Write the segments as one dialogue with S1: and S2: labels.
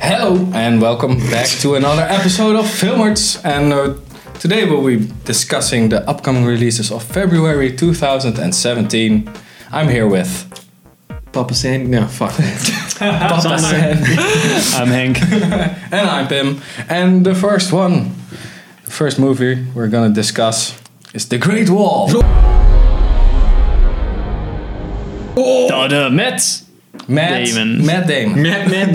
S1: Hello and welcome back to another episode of Filmarts. And uh, today we'll be discussing the upcoming releases of February 2017. I'm here with
S2: Papa Sandy? No, fuck that.
S1: Papa Sen.
S3: I'm Henk.
S1: and I'm Pim. And the first one, the first movie we're gonna discuss is The Great Wall.
S3: Oh, de met.
S1: Matt
S3: Damon.
S1: Matt Damon.
S2: Matt, Matt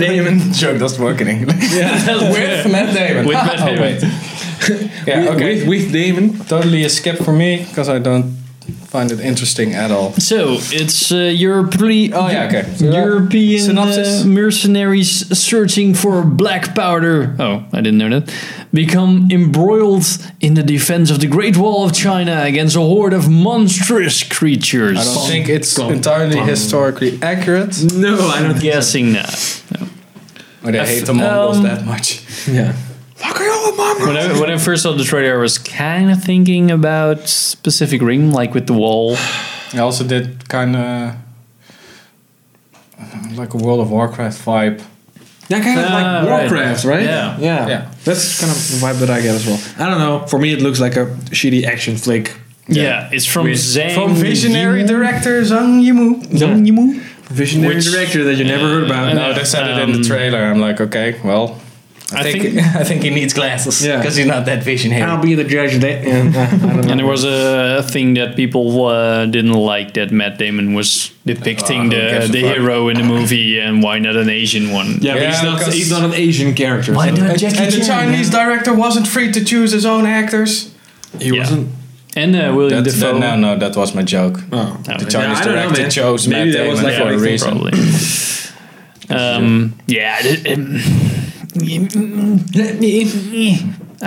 S2: Damon.
S1: Joke doesn't work in English. with Matt Damon.
S3: With Matt
S1: Oh,
S3: Damon.
S1: wait. yeah, okay.
S2: With, with Damon.
S1: totally a skip for me because I don't find it interesting at all.
S3: So it's uh, Europe-
S1: Oh, yeah, okay.
S3: European
S1: Synopsis.
S3: uh, mercenaries searching for black powder. Oh, I didn't know that. Become embroiled in the defense of the Great Wall of China against a horde of monstrous creatures.
S1: I don't
S3: am
S1: think it's
S2: Plum,
S1: entirely
S2: plum.
S1: historically accurate.
S2: No, I don't.
S3: guessing that.
S1: Mm. But I hate the
S3: Um,
S1: Mongols that much.
S2: Yeah.
S3: When I, when I first saw the trailer, I was kind of thinking about Pacific Rim, like with the wall.
S1: I also did kind of like a World of Warcraft vibe.
S2: That kind of
S3: Ah,
S2: like
S3: right.
S2: Warcraft, right?
S3: Yeah.
S2: yeah.
S1: Yeah.
S2: That's kind of the vibe that I get as well. I don't know. For me, it looks like a shitty action flick.
S3: Yeah, it's from Zhang
S1: From visionary
S3: Yimou.
S1: director Zhang Yimou.
S3: Zhang Yimou?
S2: Visionary
S3: Which-
S2: director that you never heard about.
S1: No, they said it in the
S3: Um,
S1: trailer. I'm like, okay, well, I,
S3: I
S1: think,
S3: think-
S1: I think he needs glasses
S2: Yeah.
S1: because he's not that visionary.
S2: I'll be the judge of that. Yeah, I don't know.
S3: And there was a thing that people uh, didn't like that Matt Damon was
S1: Ah,
S3: depicting
S1: who gives
S3: the,
S1: a
S3: the
S1: fuck?
S3: hero in the movie, and why not an Asian one?
S2: yeah, but
S1: Yeah,
S2: he's not,
S1: because-
S2: he's not an Asian character. so-
S3: not
S1: and, and the Chinese director wasn't free to choose his own actors.
S2: He
S3: Yeah.
S2: wasn't.
S3: and uh, William
S1: That's
S3: Defoe.
S1: that, no, no, that was my joke.
S2: Oh.
S3: No,
S1: The
S3: yeah,
S1: Chinese
S2: I don't know,
S1: director
S2: man.
S1: chose
S2: Maybe
S1: Matt
S2: that
S1: Damon
S2: was like
S1: for
S2: a
S1: a
S2: big thing,
S1: reason.
S3: probably. um, yeah. th- um,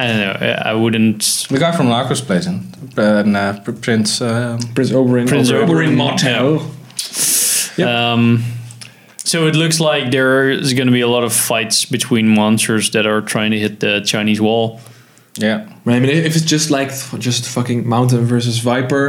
S3: I don't know. I- I wouldn't.
S1: The guy from Lacrosse plays him. And, uh, Pr- Prince. Um,
S2: Prince Oberyn.
S3: Prince Oberyn
S2: Martell.
S3: Um, so it looks like there is going to be a lot of fights between monsters that are trying to hit the Chinese wall.
S1: yeah.
S2: Right, I mean, if it's just like f- just fucking Mountain versus Viper,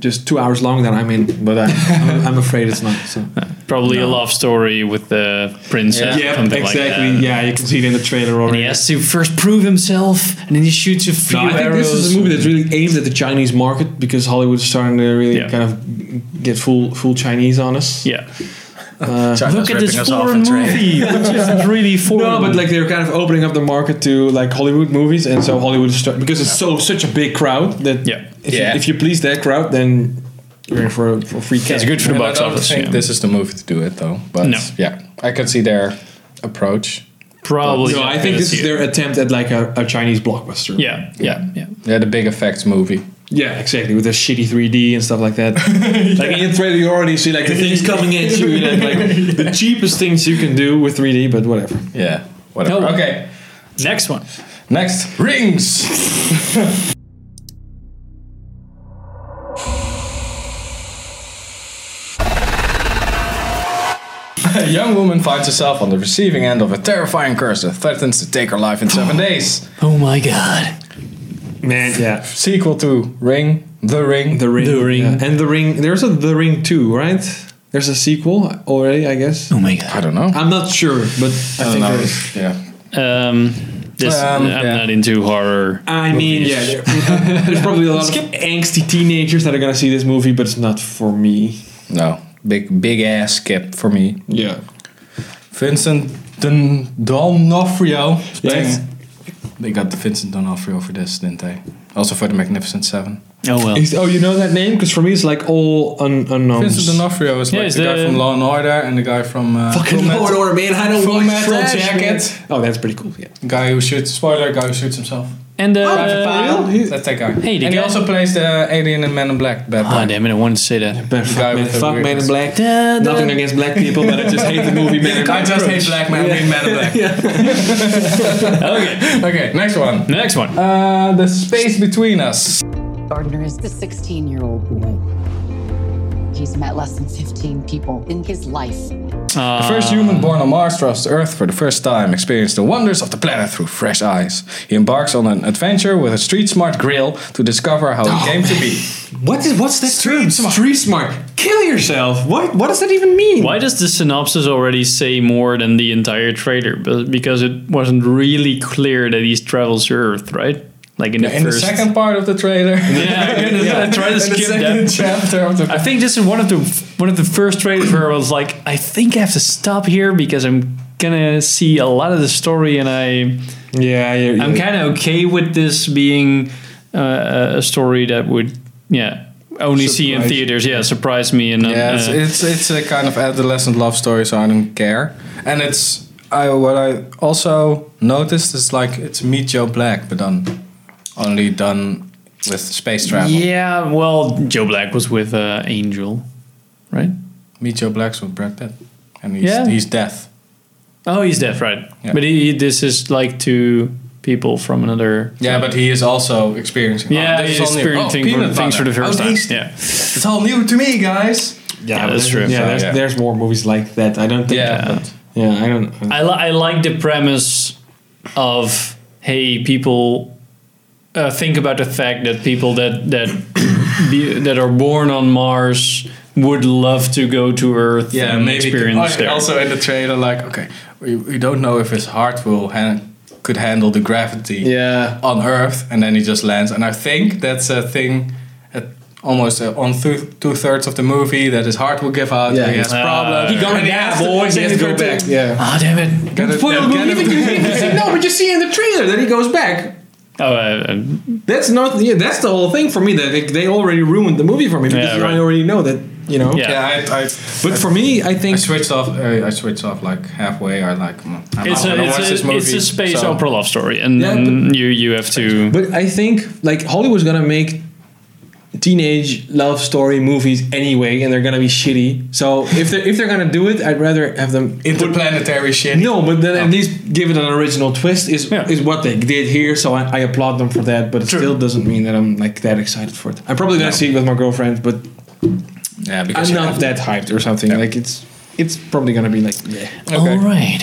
S2: just two hours long, then I'm in. But I'm, I'm afraid it's not. So.
S3: Probably a love story with the princess.
S1: Yeah,
S3: or something Like that.
S2: yeah, you can see it in the trailer
S3: And he has to first prove himself, and then he shoots a few
S2: No, I think
S3: arrows.
S2: this is a movie that's really aimed at the Chinese market because Hollywood is starting to really
S3: Yeah.
S2: kind of get full full Chinese on us.
S3: yeah.
S1: China's
S3: Look at this
S1: ripping us off
S3: foreign
S1: in trade.
S3: movie, which is really foreign.
S2: No, but like they're kind of opening up the market to like Hollywood movies, and so Hollywood is start, because it's so such a big crowd that
S3: Yeah.
S2: if,
S1: Yeah.
S2: You, if you please that crowd, then you're in for, for free cash.
S3: it's good for the
S1: And I
S3: box
S1: don't
S3: office.
S1: think
S3: yeah.
S1: this is the movie to do it, though. But
S3: No.
S1: yeah, I could see their approach.
S3: probably.
S2: No, I
S3: not
S2: think
S3: gonna
S2: this
S3: see it.
S2: is their attempt at like a, a Chinese blockbuster.
S3: Yeah, yeah, yeah.
S1: Yeah, the big effects movie.
S2: Yeah, exactly. With the shitty 3D and stuff like that. Like in the trailer, you already see like the things coming at you, and like, like the cheapest things you can do with 3D, but whatever.
S1: Yeah. Whatever.
S3: No.
S1: Okay.
S3: Next one.
S1: Next, rings. a young woman finds herself on the receiving end of a terrifying curse that threatens to take her life in seven days.
S3: Oh my god.
S2: Man, yeah.
S1: Sequel to Ring, The Ring.
S2: The Ring.
S3: The Ring.
S2: yeah. And The Ring. There's a The Ring 2, right? There's a sequel already, I guess.
S3: Oh my
S1: I
S3: god.
S1: don't know.
S2: I'm not sure, but I, think there is.
S1: Yeah.
S3: Um, this
S1: Um,
S3: I'm
S1: yeah.
S3: not into horror.
S2: I mean, yeah, there- there's probably a lot of angsty teenagers that are gonna see this movie, but it's not for me.
S1: No. Big big ass skip for me.
S2: Yeah,
S1: Vincent D'On- D'Onofrio. is playing-
S2: Yes.
S1: They got the Vincent D'Onofrio for this, didn't they? Also for the Magnificent Seven.
S3: Oh well.
S2: Is- oh, you know that name? Because for me, it's like all un- unknowns.
S1: Vincent D'Onofrio is
S3: Yeah,
S1: like
S3: is
S1: the, guy
S3: the-
S1: from Law and Order and the guy from uh, Full Metal-
S2: Order, man! I
S1: Full
S2: watch
S1: Metal
S2: trash,
S1: Jacket.
S2: man. Oh, that's pretty cool. Yeah.
S1: Guy who shoots spoiler. Guy who shoots himself.
S2: Oh,
S3: and uh,
S2: File. He-
S1: That's that guy.
S3: Hey, the
S1: and he
S3: guy-
S1: also plays the alien in Men in Black. Bad
S3: ah,
S1: guy.
S3: damn it! I wanted to say that.
S1: guy
S2: But fuck, man,
S1: with the
S2: fuck
S1: weird-
S2: Man in Black.
S3: Da, da.
S2: Nothing against black people, but I just hate the movie Man in Black.
S1: I just hate black men. I mean Men in Black.
S3: Okay.
S1: Okay, next one.
S3: Next one.
S1: Uh, the space between us.
S4: Gardner is the 16 year old boy He's met less than 15 people in his life.
S1: The first
S3: Ah.
S1: human born on Mars travels to Earth for the first time, experienced the wonders of the planet through fresh eyes. He embarks on an adventure with a street smart grill to discover how he came to be.
S2: What is what's that street smart? Street smart. Kill yourself. What what does that even mean?
S3: Why does the synopsis already say more than the entire trailer? Be- Because it wasn't really clear that he travels to Earth, right? Like in the
S1: In the
S3: first.
S1: second part of the trailer,
S3: yeah, I tried to
S1: in the
S3: skip
S1: second
S3: that.
S1: chapter of the
S3: I think this is one of the one of the first trailers where I was like, I think I have to stop here because I'm gonna see a lot of the story, and I
S2: Yeah, yeah.
S3: I'm kind of okay with this being uh, a story that would yeah only see in
S2: Surprise.
S3: theaters. Yeah, surprise me and not,
S1: Yeah, it's,
S3: uh,
S1: it's it's a kind of adolescent love story, so I don't care. And it's I what I also noticed is like it's Meet Joe Black, but done only done with space travel.
S3: yeah. Well, Joe Black was with uh, Angel, right?
S1: Meet Joe Black's with Brad Pitt, and he's
S3: Yeah.
S1: he's death.
S3: Oh, he's deaf, right?
S1: Yeah.
S3: But he, he- this is like two people from another.
S1: Yeah, but he is also experiencing.
S3: Yeah,
S1: oh, this is
S3: he's
S1: all new.
S3: experiencing
S1: oh, peanut
S3: things for the
S1: butter.
S3: first
S1: Oh,
S3: time.
S1: these-
S3: Yeah.
S1: It's all new to me, guys.
S3: Yeah, that's
S2: there's-
S3: true.
S2: Yeah,
S1: So,
S2: there's,
S1: yeah.
S2: there's more movies like that. I don't think.
S1: Yeah,
S3: Yeah.
S1: but
S2: Yeah, I don't. uh,
S3: I, li- I like the premise of hey people uh, think about the fact that people that that be, that are born on Mars would love to go to Earth
S1: yeah,
S3: and
S1: maybe
S3: experience
S1: oh,
S3: there.
S1: also in the trailer, like okay, we, we don't know if his heart will han- could handle the gravity.
S2: yeah.
S1: on Earth, and then he just lands. And I think that's a thing at almost uh, on th- two thirds of the movie that his heart will give out.
S2: Yeah.
S1: he has
S3: Ah.
S1: problems.
S3: He gonna
S1: And
S3: die,
S1: has to-
S2: boy, he has to go
S1: to-
S2: back. Yeah.
S3: Ah, damn it!
S1: Get it-
S2: Spoil
S1: get
S2: movie,
S1: it-
S2: no, but you see in the trailer that he goes back.
S3: Oh, uh,
S2: That's not. Yeah, that's the whole thing for me. That they, they already ruined the movie for me because
S3: Yeah, right.
S2: I already know that. You know.
S3: Yeah.
S1: Yeah, I, I,
S2: But for me, I
S1: I
S2: think.
S1: switched off. Uh, I switched off like halfway. I like. mm, I'm
S3: it's
S1: out. I
S3: a
S1: don't watch
S3: it's
S1: this
S3: a,
S1: movie,
S3: it's a space
S1: so-
S3: opera love story, and,
S2: Yeah,
S3: and you you have to.
S2: But I think like Hollywood's gonna make teenage love story movies anyway, and they're gonna be shitty. So if they're if they're gonna do it, I'd rather have them.
S1: Interplanetary shit.
S2: No, but then at least give it an original twist is
S3: Yeah.
S2: is what they did here. So I, I applaud them for that, but it
S3: True.
S2: still doesn't mean that I'm like that excited for it. I'm probably gonna see it with my girlfriend, but
S1: Yeah, because
S2: I'm
S1: you
S2: not
S1: have-
S2: that hyped or something. Like it's it's probably gonna be like yeah.
S3: All right.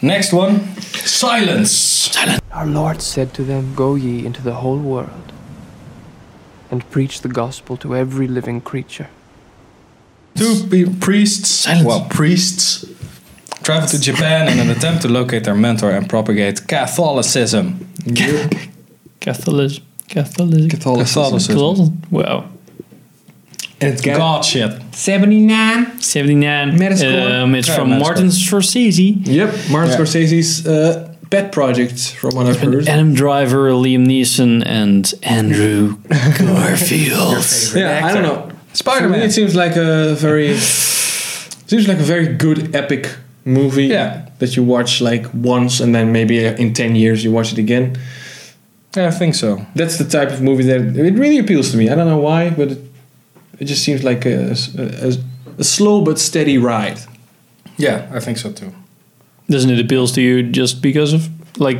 S1: Next one. Silence.
S5: Our Lord said to them, Go ye into the whole world and preach the gospel to every living creature.
S1: Two pe- priests,
S3: Silence.
S1: well, priests, travel to Japan in an attempt to locate their mentor and propagate Catholicism.
S3: Catholic, Catholic, Catholic. Wow.
S2: And it's got
S1: God shit.
S2: 79.
S3: 79.
S2: Metascore?
S3: Um, it's
S1: Yeah,
S3: from
S1: Metascore.
S3: Martin Scorsese.
S2: Yep, Martin
S1: Yeah.
S2: Scorsese's uh, pet project from what I've heard.
S3: Adam Driver, Liam Neeson, and Andrew Garfield.
S2: Yeah, I don't know.
S1: Spider
S2: For me,
S1: Man.
S2: it seems like a very seems like a very good epic movie.
S1: Yeah.
S2: That you watch like once and then maybe uh, in ten years you watch it again.
S1: Yeah, I think so.
S2: That's the type of movie that it really appeals to me. I don't know why, but it, it just seems like a, a, a- a slow but steady ride.
S1: Yeah, I think so too.
S3: Doesn't it appeal to you just because of, like,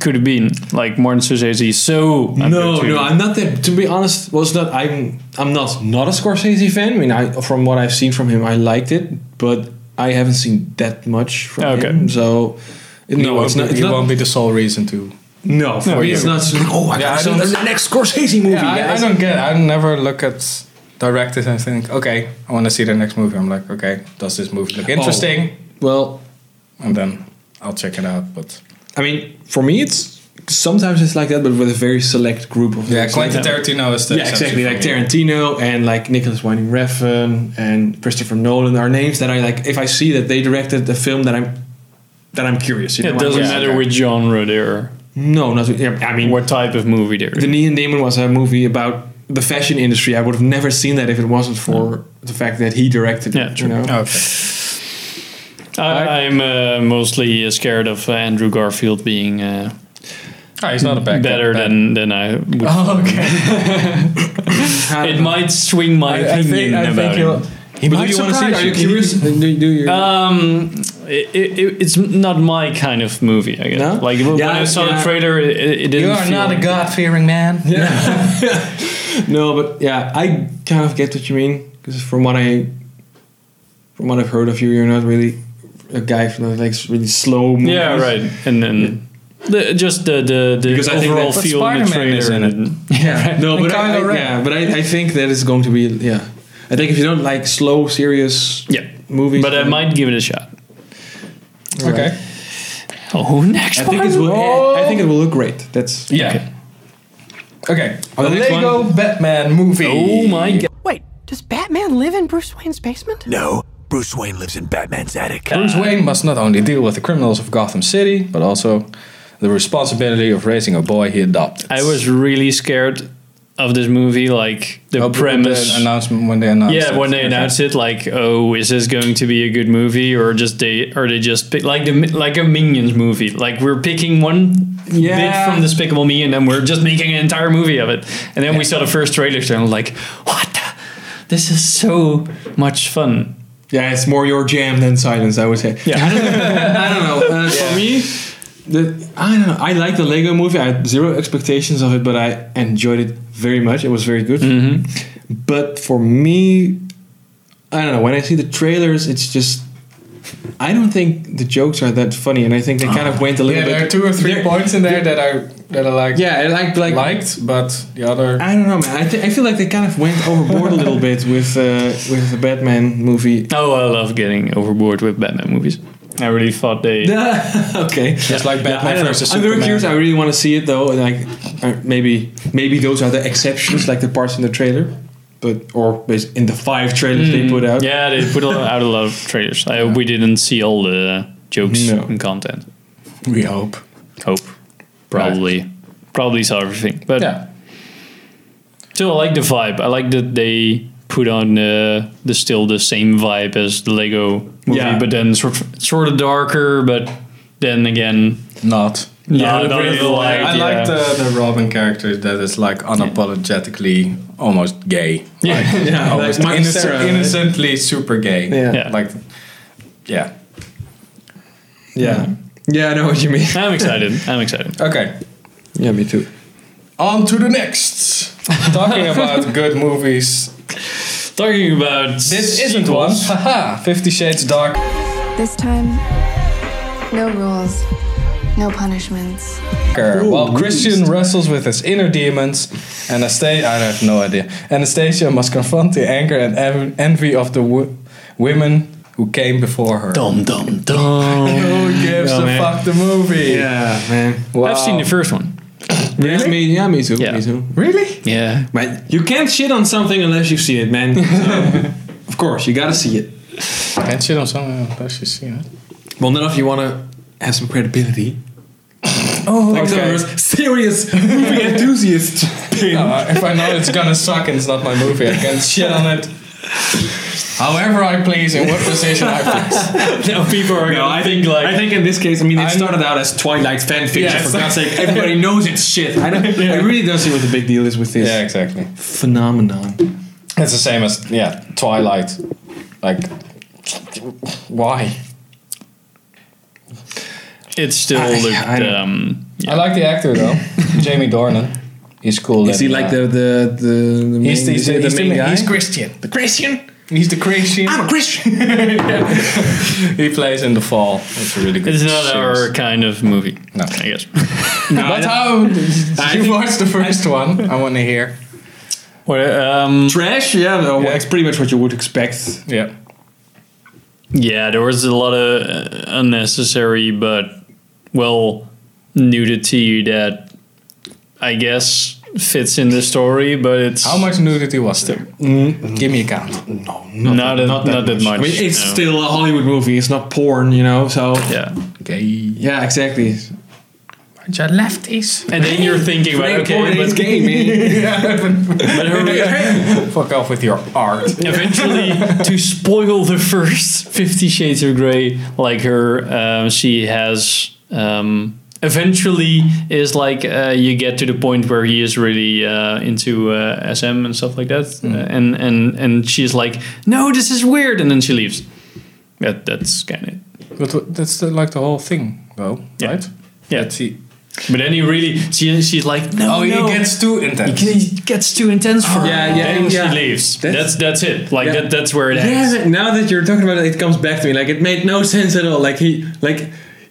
S3: could have been, like, Martin Scorsese so...
S2: no,
S3: appealed to
S2: no,
S3: you?
S2: I'm not that. To be honest, was not. I'm I'm not not a Scorsese fan. I mean, I from what I've seen from him, I liked it, but I haven't seen that much from
S3: Okay.
S2: him. So it-
S1: No,
S2: it's not. It's
S1: it
S2: not
S1: won't be the sole reason to.
S2: no, for me,
S1: you.
S2: it's not. so- Oh, I
S1: Yeah,
S2: gotta
S1: I
S2: see
S1: don't-
S2: the next Scorsese movie.
S1: Yeah, I, I
S2: guys.
S1: don't get. I never look at directors and think, okay, I want to see their next movie. I'm like, okay, does this movie look interesting?
S2: Well,
S1: And then I'll check it out. But
S2: I mean, for me, it's sometimes it's like that, but with a very select group of
S1: yeah,
S2: films.
S1: Quentin Tarantino is the exception
S2: yeah, exactly.
S1: for
S2: Like
S1: me.
S2: Tarantino and like Nicholas Winding Refn and Christopher Nolan are names that I like. If I see that they directed a film that I'm that I'm curious. You
S3: It
S2: know,
S3: doesn't
S2: I'm-
S1: Yeah,
S3: matter
S1: okay.
S3: which genre they're...
S2: No, not. Yeah, I mean,
S3: What type of movie they're...
S2: the Neon Demon was a movie about the fashion industry. I would have never seen that if it wasn't for the fact that he directed
S3: Yeah,
S2: it.
S3: true.
S2: You know?
S1: Okay.
S3: I, I'm uh, mostly uh, scared of uh, Andrew Garfield being uh,
S1: Ah, he's not a bad
S3: better
S1: guy.
S3: than, than I would...
S2: Uh-huh.
S1: Oh, okay.
S2: I don't
S3: It
S2: know.
S3: might swing my
S1: I, I
S3: opinion
S1: think. I
S3: about
S1: think
S3: him.
S1: he'll. He
S2: But
S1: might
S2: do you want to see? it?
S1: surprise
S2: Are you curious? do, do you?
S3: Um, it, it, it's not my kind of movie. I guess.
S2: No?
S3: Like when
S2: Yeah,
S3: I saw
S2: yeah.
S3: the trailer, it, it didn't.
S1: You are
S3: feel-
S1: not a God-fearing man.
S2: no, but yeah, I kind of get what you mean. Because from what I, from what I've heard of you, you're not really a guy from the like really slow. Movies.
S3: Yeah, right. And then the, just the the, the
S2: Because I think
S3: overall
S2: that- But
S3: feel in the
S1: Spider-Man
S3: trailer.
S1: is in it.
S2: Yeah, no,
S1: And
S2: but I,
S1: Kylo
S2: I,
S1: Ren.
S2: yeah, but I, I think that it's going to be yeah. I think if you don't like slow, serious
S3: Yeah,
S2: movies,
S3: but I
S2: then-
S3: might give it a shot.
S2: Alright.
S1: Okay.
S3: Oh, next
S2: I think it
S3: one?
S2: will.
S1: Oh.
S2: I think it will look great. That's
S1: Yeah.
S3: Okay.
S1: Okay.
S2: Oh,
S1: the
S2: the next
S1: Lego Batman movie.
S3: Oh my god!
S6: Wait, does Batman live in Bruce Wayne's basement?
S7: No, Bruce Wayne lives in Batman's attic.
S1: Bruce Wayne must not only deal with the criminals of Gotham City, but also the responsibility of raising a boy he adopted.
S3: I was really scared of this movie, like the
S1: Oh, but
S3: premise.
S1: the announcement when they announced.
S3: yeah,
S1: it.
S3: when they
S1: Okay.
S3: announced it, like, oh, is this going to be a good movie, or just they, or they just pick, like the Mi- like a Minions movie, like we're picking one
S2: Yeah.
S3: bit from Despicable Me, and then we're just making an entire movie of it, and then we saw the first trailer, and I'm like, what? The? This is so much fun.
S2: yeah. It's more your jam than silence. I would say.
S3: Yeah.
S2: I don't know. I don't know. Uh, For me, the I don't know. I like the Lego movie. I had zero expectations of it, but I enjoyed it very much. It was very good. Mm-hmm. But for me, I don't know. When I see the trailers, it's just. I don't think the jokes are that funny, and I think they kind of went a little
S1: Yeah,
S2: bit.
S1: there are two or three
S2: They're-
S1: points in there that I that I like.
S2: Yeah, I like like
S1: liked, but the other.
S2: I don't know, man. I, th- I feel like they kind of went overboard a little bit with uh, with the Batman movie.
S3: Oh, I love getting overboard with Batman movies. I really thought they.
S2: okay,
S1: Just like Batman
S2: I don't know.
S1: versus
S2: I'm very
S1: Superman.
S2: curious. I really want to see it though. and Like uh, maybe maybe those are the exceptions, like the parts in the trailer, but or bas- in the five trailers they put out.
S3: Yeah, they put a lot- out a lot of trailers. I hope we didn't see all the jokes
S2: No.
S3: and content.
S1: We hope.
S3: Hope. Probably. Probably saw everything. But
S1: Yeah.
S3: still, I like the vibe. I like that they put on uh, the still the same vibe as the Lego movie,
S2: Yeah.
S3: but then sort of, sort of darker, but then again,
S1: Not.
S3: yeah,
S1: I
S3: not in the light,
S1: I
S3: yeah.
S1: like the, the Robin character that is like unapologetically almost gay.
S3: Yeah.
S2: yeah,
S1: Almost
S2: like Mike
S1: innocent-
S2: Sarah.
S1: innocently super gay.
S2: Yeah.
S3: Yeah.
S1: Like, yeah.
S2: yeah, yeah. I know what you mean.
S3: I'm excited. I'm excited.
S1: Okay.
S2: yeah, me too.
S1: On to the next. Talking about good movies.
S3: Talking about
S1: This isn't one.
S3: sequels.
S1: Haha. Fifty Shades Dark.
S8: This time, no rules, no punishments.
S1: While Christian wrestles with his inner demons, Anastasia, I have no idea. Anastasia must confront the anger and en- envy of the wo- women who came before her.
S3: Dum dum dum.
S1: Who gives
S3: Yeah,
S1: a
S3: man.
S1: fuck the movie?
S2: Yeah, man.
S1: Wow.
S3: I've seen the first one.
S2: Yeah, me, yeah, me too.
S3: Yeah.
S2: Me too.
S1: Really?
S3: Yeah.
S2: Man, you can't shit on something unless you've seen it, man. So, of course, you gotta see it.
S1: Can't shit on uh, someone unless you've seen it.
S2: Well, not if you want to have some credibility.
S1: Oh,
S2: Like some of those serious movie enthusiast.
S1: Uh, if I know it's gonna suck and it's not my movie, I can shit on it. However I please, in what position I please.
S3: No, Oh, people are
S2: No,
S3: gonna
S2: I
S3: think like
S2: I think in this case, I mean, it
S1: I'm-
S2: started out as Twilight fan fiction.
S1: Yeah,
S2: for
S1: it's
S2: God's sake, everybody knows it's shit. I, don't, I really don't see what the big deal is with this
S1: Yeah, exactly.
S2: phenomenon.
S1: It's the same as yeah, Twilight. Like, why?
S3: it's still
S2: I-
S3: the
S2: I don't-
S3: um,
S1: I like the actor though, Jamie Dornan. He's cool.
S2: Is he
S1: in,
S2: like
S1: uh,
S2: the the the, the main,
S1: He's the, he's the,
S2: is he
S1: he's the main
S2: guy?
S1: He's Christian.
S2: the Christian.
S1: He's the Christian.
S2: I'm a Christian.
S1: He plays in The Fall. It's a really good.
S3: It's not our kind of movie.
S1: No.
S3: I guess.
S1: But how? You watched the first one. I want to hear.
S3: What, um,
S2: Trash. Yeah, no,
S1: Yeah.
S2: it's pretty much what you would expect.
S1: Yeah.
S3: yeah, there was a lot of uh, unnecessary, but well, nudity that I guess fits in the story, but it's
S1: How much nudity was there? Give me a count.
S3: not, that, not, that, much.
S2: I mean, it's
S3: no.
S2: still a Hollywood movie. It's not porn, you know. So
S3: yeah.
S1: Gay.
S2: yeah, exactly.
S1: Bunch of lefties.
S3: And then you're thinking about okay,
S2: it's
S3: but,
S2: gay, man.
S3: but her-
S1: Fuck off with your art.
S3: eventually to spoil the first Fifty Shades of Grey, like her, um, she has um, eventually is like uh, you get to the point where he is really uh, into uh, SM and stuff like that,
S2: Hmm.
S3: uh, and and and she's like, no, this is weird, and then she leaves. That that's kind of
S1: But wha- that's the, like the whole thing, though,
S3: Yeah.
S1: right?
S3: yeah.
S1: That he
S3: But then he really, she, she's like, no,
S1: Oh, he
S3: no.
S1: gets too intense.
S3: He g- gets too intense for her.
S2: Yeah, yeah,
S3: Then
S2: yeah.
S3: she leaves. That's
S2: That's-
S3: that's it. Like
S2: Yeah.
S3: that, that's where it ends.
S2: Yeah, now that you're talking about it, it comes back to me. Like it made no sense at all. Like he, like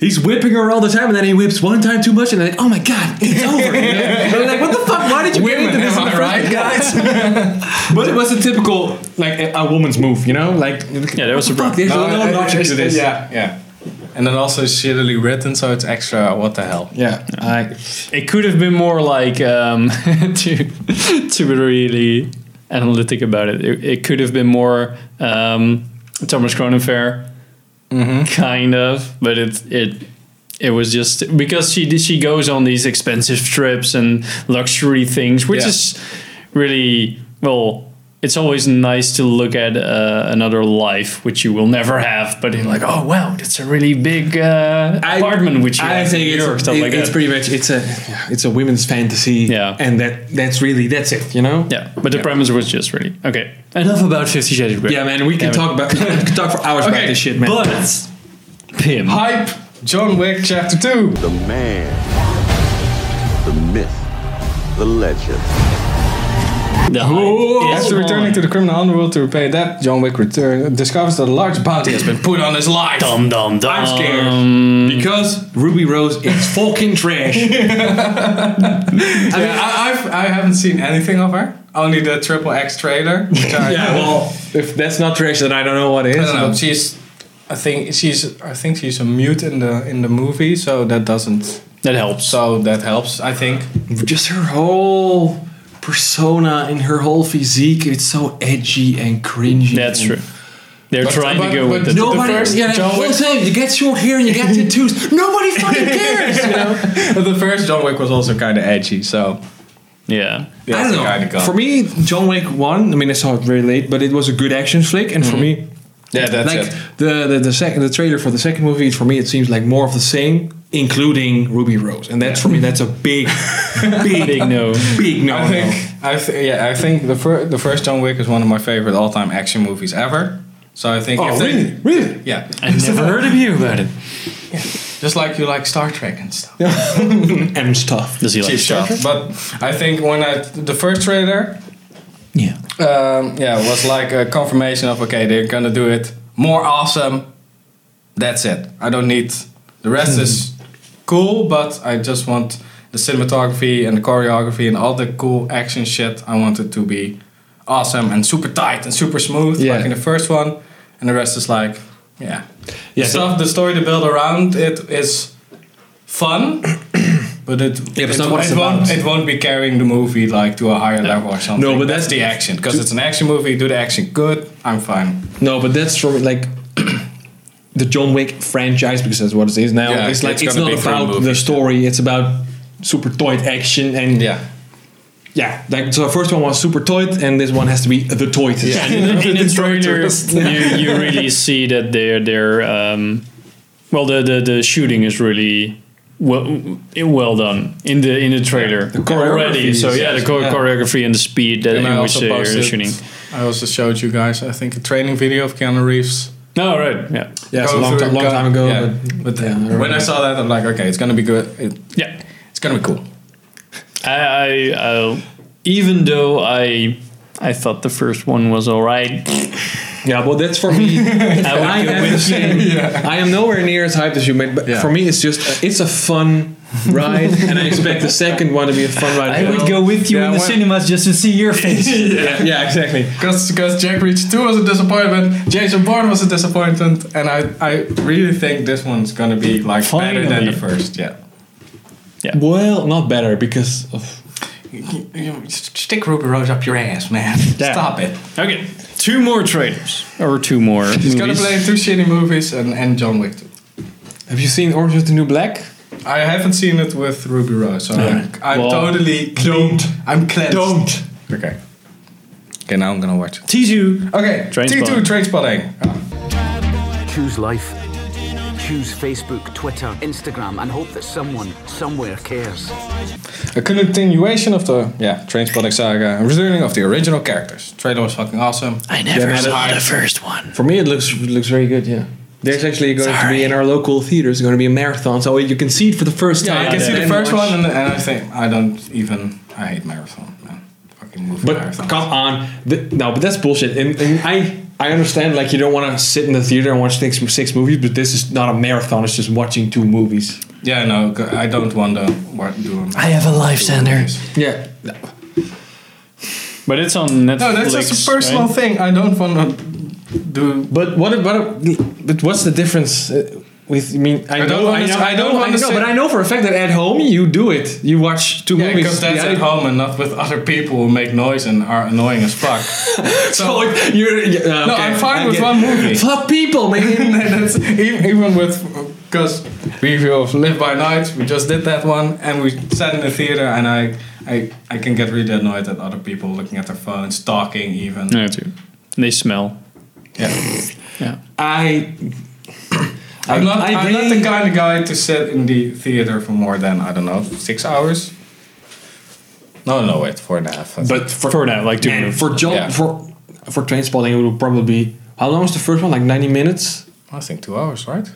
S2: he's whipping her all the time, and then he whips one time too much, and then like, oh my god, it's over. You know? And you're like, what the fuck? Why did you get into this in the first place?
S1: guys?
S2: But it was a typical like a, a woman's move, you know? Like
S3: Yeah, there was a
S2: fuck.
S3: problem.
S2: There's
S1: No,
S2: no,
S1: it-
S2: logic
S1: it's-
S2: to this.
S1: Yeah, yeah. And then also it's shittily written, so it's extra. What the hell?
S2: yeah. I,
S3: It could have been more like um, to to be really analytic about it. It, it could have been more um, Thomas Cronenfair,
S2: Mm-hmm.
S3: kind of, but it it it was just because she did- she goes on these expensive trips and luxury things, which
S1: Yeah.
S3: is really well. It's always nice to look at uh, another life, which you will never have. But you're like, oh wow, that's a really big uh,
S2: I-
S3: apartment, which you
S2: I
S3: have in
S2: think
S3: New
S2: it's,
S3: York, stuff
S2: it-
S3: like
S2: it's
S3: that.
S2: pretty much it's a yeah, it's a women's fantasy.
S3: Yeah.
S2: and that that's really that's it. You know.
S3: Yeah, but the premise was just really okay. Enough about Fifty Shades of Grey.
S2: Yeah, man. We
S3: Yeah,
S2: can talk about we can talk for hours about this shit, man.
S3: But Pim,
S1: Hype. John Wick Chapter Two.
S9: The man, the myth, the legend.
S3: the hype
S2: Oh.
S3: is
S1: After returning
S3: on.
S1: to the criminal underworld to repay a debt, John Wick return, discovers that a large bounty has been put on his life.
S3: dum dum dum.
S2: I'm scared because Ruby Rose is fucking trash.
S1: I mean, I, I've, I haven't seen anything of her. Only the triple X trailer. Which I,
S2: yeah, well, if that's not trash, then I don't know what is.
S1: I don't know. She's, I think she's, I think she's a mute in the in the movie, so that doesn't.
S3: That helps.
S1: So that helps, I think.
S2: Just her whole persona and her whole physique—it's so edgy and cringy.
S3: That's
S2: and-
S3: true. They're
S1: But-
S3: trying
S1: but-
S3: to go
S1: but
S3: with it.
S1: no-
S2: Nobody,
S1: The first
S2: yeah,
S1: John
S2: John
S1: Wick-
S2: Same, you get short hair and you get tattoos. Nobody fucking cares. You know?
S1: But the first John Wick was also kind of edgy, so
S3: Yeah,
S1: yeah,
S2: I
S1: it's
S2: don't
S1: kinda
S2: know.
S1: gone.
S2: For me, John Wick one. I mean, I saw it very late, but it was a good action flick, and for me,
S1: Mm-hmm. yeah, that's
S2: like
S1: it.
S2: the the the second the trailer for the second movie, for me, it seems like more of the same, including Ruby Rose, and that's for me, that's a big, big,
S3: big no.
S2: big no.
S1: I think, I th- yeah, I think the fir- the first John Wick is one of my favorite all time action movies ever. So I think,
S2: no.
S1: if
S2: Oh,
S1: they,
S2: really? Really?
S1: yeah,
S3: I never heard of you about it.
S1: just like you like Star Trek and stuff.
S2: M stuff.
S3: Does he like
S1: Cheap stuff. But I think when I the first trailer,
S3: Yeah.
S1: um, yeah, was like a confirmation of okay, they're gonna do it more awesome. That's it. I don't need the rest is cool, but I just want the cinematography and the choreography and all the cool action shit. I want it to be awesome and super tight and super smooth,
S2: Yeah.
S1: like in the first one, and the rest is like, yeah,
S2: Yeah,
S1: The
S2: so-
S1: stuff. The story they build around it is fun. But it,
S2: but it's
S1: it,
S2: not what it's
S1: it won't,
S2: about.
S1: it won't be carrying the movie like to a higher level or something.
S2: No, but
S1: that's
S2: that's-
S1: the action because it's an action movie. Do the action good, I'm fine.
S2: No, but that's from like the John Wick franchise because that's what it is now.
S1: Yeah,
S2: it's like
S1: it's
S2: it's,
S1: gonna
S2: not
S1: be three
S2: about the
S1: movies.
S2: story; it's about super toyed action and yeah. Like so, the first one was super toyed, and this one has to be the toyed.
S3: in, in the trailers, you, you really see that they're they're um, well the, the the shooting is really well well done in the in the trailer already.
S2: choreography
S3: So
S2: is-
S3: yeah, the chore-
S2: yeah.
S3: choreography and the speed that in which
S2: uh,
S3: they are shooting.
S1: I also showed you guys, I think, a training video of Keanu Reeves.
S3: No right, yeah,
S2: yeah, it's a
S1: Go
S2: long,
S1: through
S2: time, long
S1: gun-
S2: time ago.
S1: yeah.
S2: But, but yeah, I
S1: When I
S2: remember.
S1: saw that, I'm like, okay, it's gonna be good. It-
S3: yeah.
S1: it's gonna be cool.
S3: I, I I'll, even though I I thought the first one was all right.
S2: yeah, well, that's for me. I,
S3: I would go
S2: am the
S3: with
S2: same. I am nowhere near as hyped as you, mate. But
S1: Yeah.
S2: for me, it's just it's a fun ride, and I expect the second one to be a fun ride. as
S3: I would
S2: well.
S3: go with you
S1: Yeah,
S3: in the
S1: when-
S3: cinemas just to see your face.
S2: Yeah, yeah, exactly.
S1: Because Jack Reach 2 was a disappointment, Jason Bourne was a disappointment, and I, I really think this one's gonna be like better than
S3: Finally.
S1: the first. Yeah.
S2: Well, not better because of
S1: Stick Ruby Rose up your ass, man. Stop it.
S3: Okay, two more trailers or two more
S1: He's gonna
S3: movies.
S1: play two shitty movies and, and John Wick 2.
S2: Have you seen Orange is the New Black?
S1: I haven't seen it with Ruby Rose, so I'm, I'm
S3: Well,
S1: totally don't. I'm cleansed. Don't. Okay. Okay, now I'm gonna watch it.
S3: Tizu.
S1: Okay,
S3: Trainspotting.
S1: T2 train spotting.
S10: Choose life. Choose Facebook, Twitter, Instagram, and hope that someone, somewhere cares.
S1: A continuation of the yeah train spotting saga and returning of the original characters. Trailer was fucking awesome.
S3: I never
S2: man,
S3: saw
S2: I-
S3: the first one.
S2: For me, it looks looks very good. Yeah. There's actually going to be in our local theater. It's going to be a marathon, so you can see it for the first
S1: Yeah,
S2: time.
S1: I can see the
S2: and
S1: first
S2: watch.
S1: one, and, and I think I don't even. I hate marathon. Man. Fucking movie
S2: But
S1: marathon.
S2: come on, Th- no, but that's bullshit. And, and I, I understand like you don't want to sit in the theater and watch things from six movies, but this is not a marathon. It's just watching two movies.
S1: Yeah, no, g- I don't want to what do. a-
S3: I have a life, Sander.
S2: Yeah,
S3: But it's on Netflix.
S1: No, that's just a personal
S3: right?
S1: thing. I don't want to do.
S2: but what, what, but what's the difference? uh, With I mean, I,
S1: I don't
S2: know, I
S1: wanna
S2: know,
S1: s-
S2: I
S1: I
S2: know,
S1: don't
S2: I
S1: wanna
S2: know,
S1: say-
S2: but I know for a fact that at home you do it. You watch two
S1: Yeah,
S2: movies.
S1: because that's
S2: Yeah,
S1: at home and not with other people who make noise and are annoying as fuck.
S2: So
S1: so
S2: it- you're, yeah, okay,
S1: no, I'm fine
S2: I
S1: with
S2: get-
S1: one movie.
S2: Fuck people, man.
S1: that's, even, e-, even with because review of Live by Night, we just did that one and we sat in the theater and I I, I can get really annoyed at other people looking at their phones, talking even.
S3: No, too. They smell.
S1: Yeah.
S3: Yeah.
S2: I
S1: I'm not
S2: I
S1: I am not
S2: agree.
S1: the kind of guy to sit in the theater for more than I don't know six hours. No, no, wait, four and a half.
S2: but for,
S3: For now, like two
S2: man,
S3: minutes.
S2: for John
S1: Yeah.
S2: for for train spotting it would probably be how long is the first one? Like ninety minutes?
S1: I think two hours, right?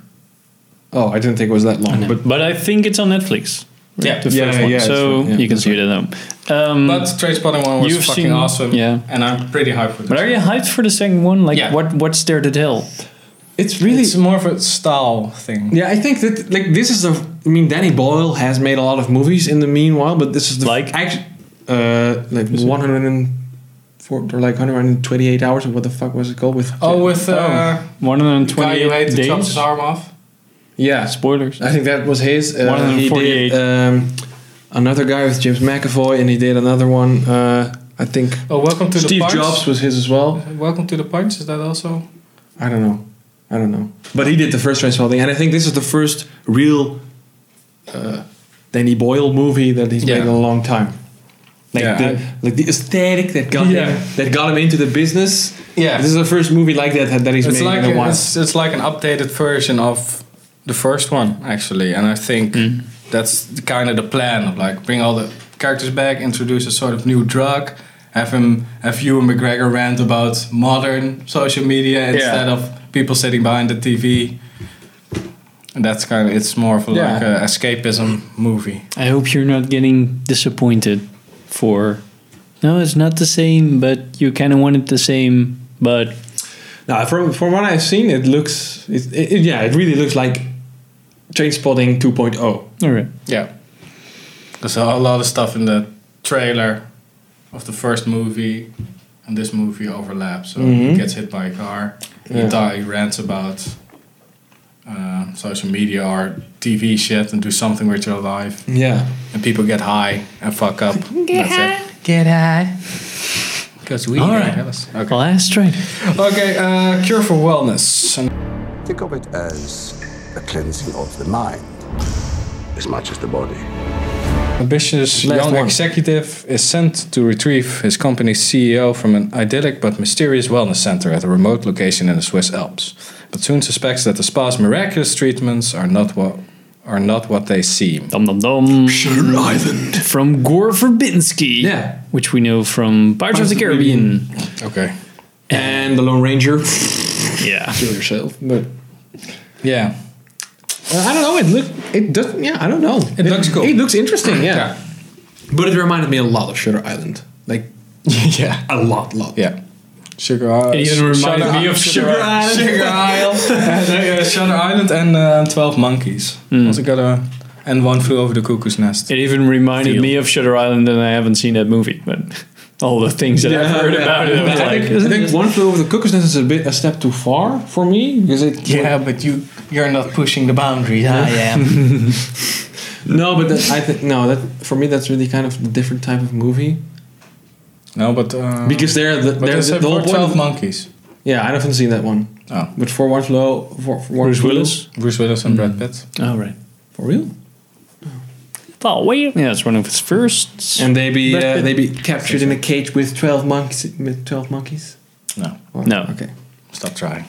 S2: Oh, I didn't think it was that long. But
S3: But I think it's on Netflix. right?
S1: Yeah.
S3: the
S2: Yeah,
S3: first one.
S2: yeah, it's-
S3: so
S2: yeah,
S3: you can
S2: that's
S3: see it at home. Um,
S1: But Trainspotting one was
S3: You've
S1: fucking
S3: seen-
S1: awesome.
S3: yeah.
S1: and I'm pretty hyped for.
S3: but are you hyped for the second one? Like,
S1: Yeah.
S3: what what's there to tell?
S2: it's really
S1: It's more of a style thing.
S2: yeah. I think that like this is the. I mean, Danny Boyle has made a lot of movies in the meanwhile, but this is the
S3: Like?
S2: act, uh, like one hundred and four or like hundred and twenty-eight hours. Or what the fuck was it called? With
S1: Oh, with uh, the guy you hate
S3: 128
S1: that chops
S3: days.
S1: his arm off.
S2: yeah,
S3: Spoilers.
S2: I think that was his. Uh, he
S3: 148.
S2: did, um, another guy with James McAvoy, and he did another one. Uh, I think
S1: Oh, welcome to
S2: Steve
S1: the punch.
S2: Jobs was his as well.
S1: Welcome to the punch. Is that also?
S2: I don't know. I don't know. But he did the first Transformers thing, and I think this is the first real uh, Danny Boyle movie that he's made
S1: Yeah.
S2: in a long time. Like
S1: Yeah,
S2: the like the aesthetic that got
S1: Yeah.
S2: him that got him into the business.
S1: Yeah.
S2: this is the first movie like that that he's
S1: It's
S2: made
S1: like
S2: in a while.
S1: it's, it's like an updated version of the first one actually, and I think
S2: Mm.
S1: that's the, kind of the plan of like bring all the characters back, introduce a sort of new drug, have him have you and McGregor rant about modern social media instead of people sitting behind the TV. And that's kind of it's more of a, like
S2: Yeah.
S1: a escapism movie.
S3: I hope you're not getting disappointed for. No, it's not the same, but you kind of want it the same. But
S2: Now, from from what I've seen, it looks it, it, it- yeah, it really looks like Train Spotting oh. 2.0.
S3: all right,
S1: Yeah. There's a lot of stuff in the trailer of the first movie and this movie overlap. So he gets hit by a car,
S2: Yeah.
S1: he, die, he rants about uh, social media or TV shit and do something with your life.
S2: Yeah,
S1: And people get high and fuck up. Get high.
S3: get high.
S1: Because we
S3: All
S1: are
S3: right,
S1: hellas. Okay,
S3: last train.
S1: okay uh, Cure for Wellness. And
S7: Think of it as a cleansing of the mind as much as the body.
S1: ambitious
S2: Last
S1: young
S2: one.
S1: executive is sent to retrieve his company's CEO from an idyllic but mysterious wellness center at a remote location in the Swiss Alps, but soon suspects that the spa's miraculous treatments are not what are not what they seem.
S3: Dum dum dum. Shutter Island from Gore Verbinski.
S2: Yeah.
S3: which we know from Pirates of the Caribbean.
S1: Okay.
S2: and the Lone Ranger.
S3: Yeah,
S2: Kill yourself, but.
S1: Yeah.
S2: Uh, I don't know. It look it doesn't. Yeah, I don't know. It,
S1: looks cool.
S2: It looks interesting. Yeah.
S1: Yeah.
S2: but it reminded me a lot of Shutter Island. Like
S1: yeah.
S2: a lot, lot.
S1: Yeah. Sugar Island.
S3: It even reminded me of Sugar Island.
S1: Sugar Island. and, uh, Shutter Island and uh, Twelve Monkeys.
S2: Hmm.
S1: Also got a and one flew over the cuckoo's nest.
S3: it even reminded
S1: Feel.
S3: me of Shutter Island, and I haven't seen that movie, but all the things that I've heard about it, I was
S2: I,
S3: like,
S2: think, I think one flew over the cuckoo's nest is a bit a step too far for me because it.
S1: but you you're not pushing the boundaries. I am.
S2: No, but that, I think no. That for me, that's really kind of a different type of movie
S1: No, but uh,
S2: because they're the,
S1: but
S2: they're
S1: there's
S2: the,
S1: the,
S2: the whole point.
S1: twelve
S2: of-
S1: monkeys.
S2: yeah, I haven't seen that one.
S1: Oh,
S2: But for one flow, for, for one
S3: Bruce
S2: flew- Mm.
S3: Willis.
S1: Bruce Willis and Brad Pitt.
S3: All right.
S2: for real.
S3: Oh wait, yeah, it's one of his firsts.
S2: And they be
S3: Brad
S2: uh,
S3: Pitt.
S2: they be captured in a cage with twelve monkeys. With twelve monkeys.
S1: No,
S3: No.
S2: Okay.
S1: stop trying.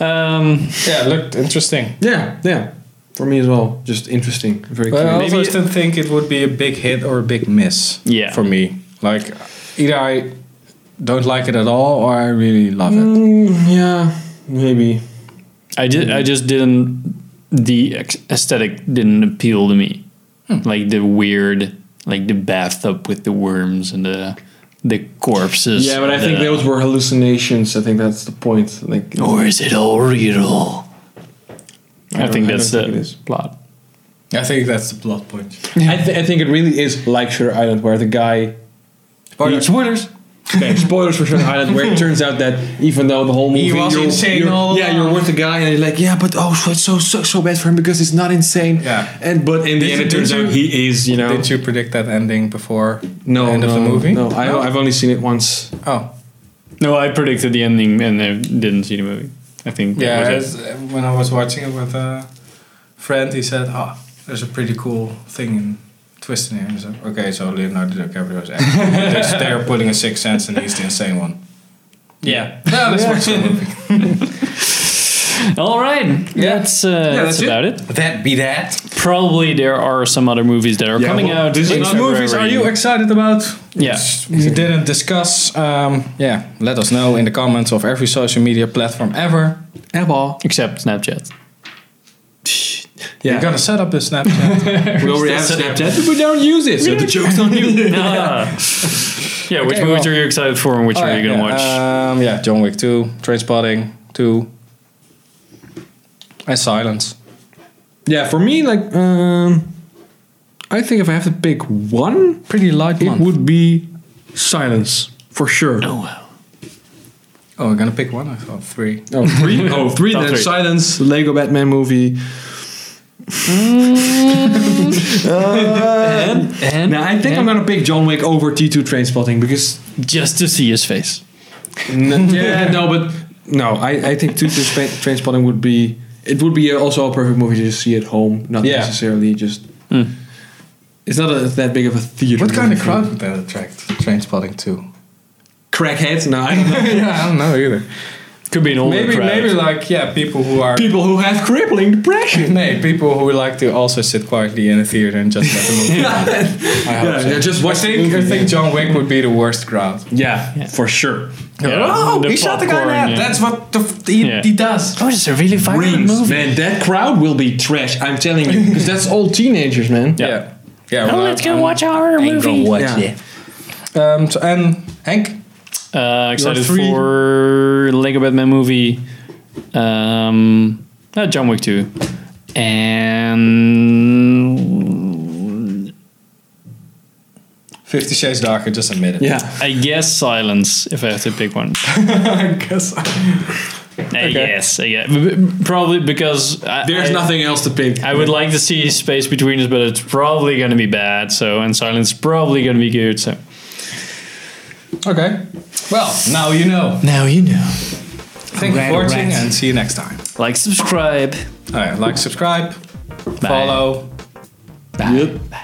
S3: Um,
S1: yeah, it looked interesting.
S2: Yeah, yeah. For me as well. Just interesting. Very
S1: But I
S2: curious.
S1: also
S3: Maybe-
S1: didn't think it would be a big hit or a big miss.
S3: Yeah.
S1: for me, like either I don't like it at all or I really love it.
S2: Mm, Yeah. Maybe.
S3: I did. I just didn't. The ex- aesthetic didn't appeal to me.
S2: Hmm.
S3: Like the weird, like the bathtub with the worms and the the corpses.
S2: Yeah, but I
S3: and
S2: think
S3: the-
S2: those were hallucinations. I think that's the point. Like,
S3: Or is it all real? I,
S2: don't-
S3: think
S2: I
S3: that's the
S2: don't think it is.
S3: plot.
S1: I think that's the plot point.
S2: I, th- I think it really is like Shutter Island, where the guy.
S1: Spoilers.
S2: Okay, spoilers for Shutter Island, where it turns out that even though the whole movie
S1: was
S2: you're,
S1: insane
S2: you're-
S1: all
S2: yeah, you're
S1: along.
S2: with the guy, and you're like, yeah, but oh, so it's so so so bad for him because he's not insane.
S1: Yeah.
S2: and but in the
S1: Did
S2: end,
S1: you-
S2: it turns
S1: did you-
S2: out he is. You know,
S1: Did you predict that ending before
S2: no
S1: the end
S2: no,
S1: of the movie?
S2: No, I, I've only seen it once.
S1: Oh,
S3: No, I predicted the ending and I didn't see the movie. I think that
S1: yeah.
S3: was it.
S1: as- uh, when I was watching it with a friend, he said, "Ah, there's a pretty cool thing in." Twist in here. And I said, okay, so Leonardo DiCaprio's acting. They're- They're putting a sixth sense, and he's the insane one.
S3: Yeah.
S1: No, let's watch the movie.
S3: All right. That's, uh, that's,
S1: that's it.
S3: about it.
S1: That be that.
S3: Probably there are some other movies that are coming
S2: well,
S3: out.
S2: this is
S3: in
S1: Which
S2: not-
S3: February.
S1: movies are you excited about?
S3: Yeah.
S1: Which We didn't discuss. Um, yeah, let us know in the comments of every social media platform ever.
S2: Ever.
S3: Except Snapchat.
S1: You're gonna set up a Snapchat.
S2: We already have Snapchat, but we don't use it. So the joke's on you.
S3: Ah. yeah, which
S1: Okay,
S3: movies
S1: well-
S3: are you excited for and which
S1: Oh,
S3: are
S1: yeah,
S3: you going to
S1: yeah.
S3: watch?
S1: Um, yeah, John Wick 2, Trainspotting 2, and Silence.
S2: Yeah, for me, like, um, I think if I have to pick one,
S1: Pretty light
S2: it
S1: month.
S2: would be Silence for sure.
S3: oh, wow.
S1: oh, we're gonna pick one. I thought three.
S2: Oh, three. oh, three.
S3: Top
S2: Then
S3: three.
S2: Silence, Lego Batman movie.
S1: Mm.
S3: And
S2: Uh, Now I think I'm gonna pick John Wick over T2 Train Spotting because
S3: just to see his face.
S2: yeah, no, but no, I, I think T2 Train Spotting would be it would be also a perfect movie to just see at home, not
S1: Yeah. Hmm.
S2: necessarily just. It's not a, that big of a theater.
S1: What kind of
S2: movie.
S1: crowd would that attract? Trainspotting 2.
S2: Crackheads? No, I don't know.
S1: yeah, I don't know either.
S3: Could be an older
S1: Maybe,
S3: crowd.
S1: maybe like yeah, people who are.
S2: people who have crippling depression.
S1: No, people who like to also sit quietly in a theater and just let the movie. run. I hope
S2: Yeah,
S1: so.
S2: yeah, just
S1: Oh, I
S2: watch the
S1: think, I
S2: movie,
S1: think John Wick would be the worst crowd.
S2: Yeah, for sure. Oh,
S3: Yeah, Oh, the popcorn, yeah.
S1: what the f- he,
S3: Yeah.
S1: does.
S3: Oh, it's a really violent movie.
S2: Man, that crowd will be trash. I'm telling you, because that's all teenagers, man.
S1: Yeah.
S3: Yeah.
S1: Yeah. well, um, I'm-
S3: our
S1: I'm gonna watch
S2: Yeah.
S1: it. Um, so, and Hank?
S3: Uh, excited
S1: three.
S3: for Lego Batman movie, um, uh, John Wick 2, and
S1: Fifty Shades Darker, just admit it.
S2: Yeah.
S3: I guess Silence, if I have to pick one.
S1: I guess.
S3: I guess, I guess. B- b- Probably because I,
S2: There's
S3: I-
S2: nothing else to pick.
S3: I would like to see space between us, but it's probably going to be bad. So, and Silence is probably going to be good. So,
S1: Okay. Well, now you know.
S3: now you know.
S1: Thank you for watching and see you next time.
S3: Like, subscribe.
S1: All right, like, subscribe,
S3: Bye.
S1: follow.
S3: Bye. Bye.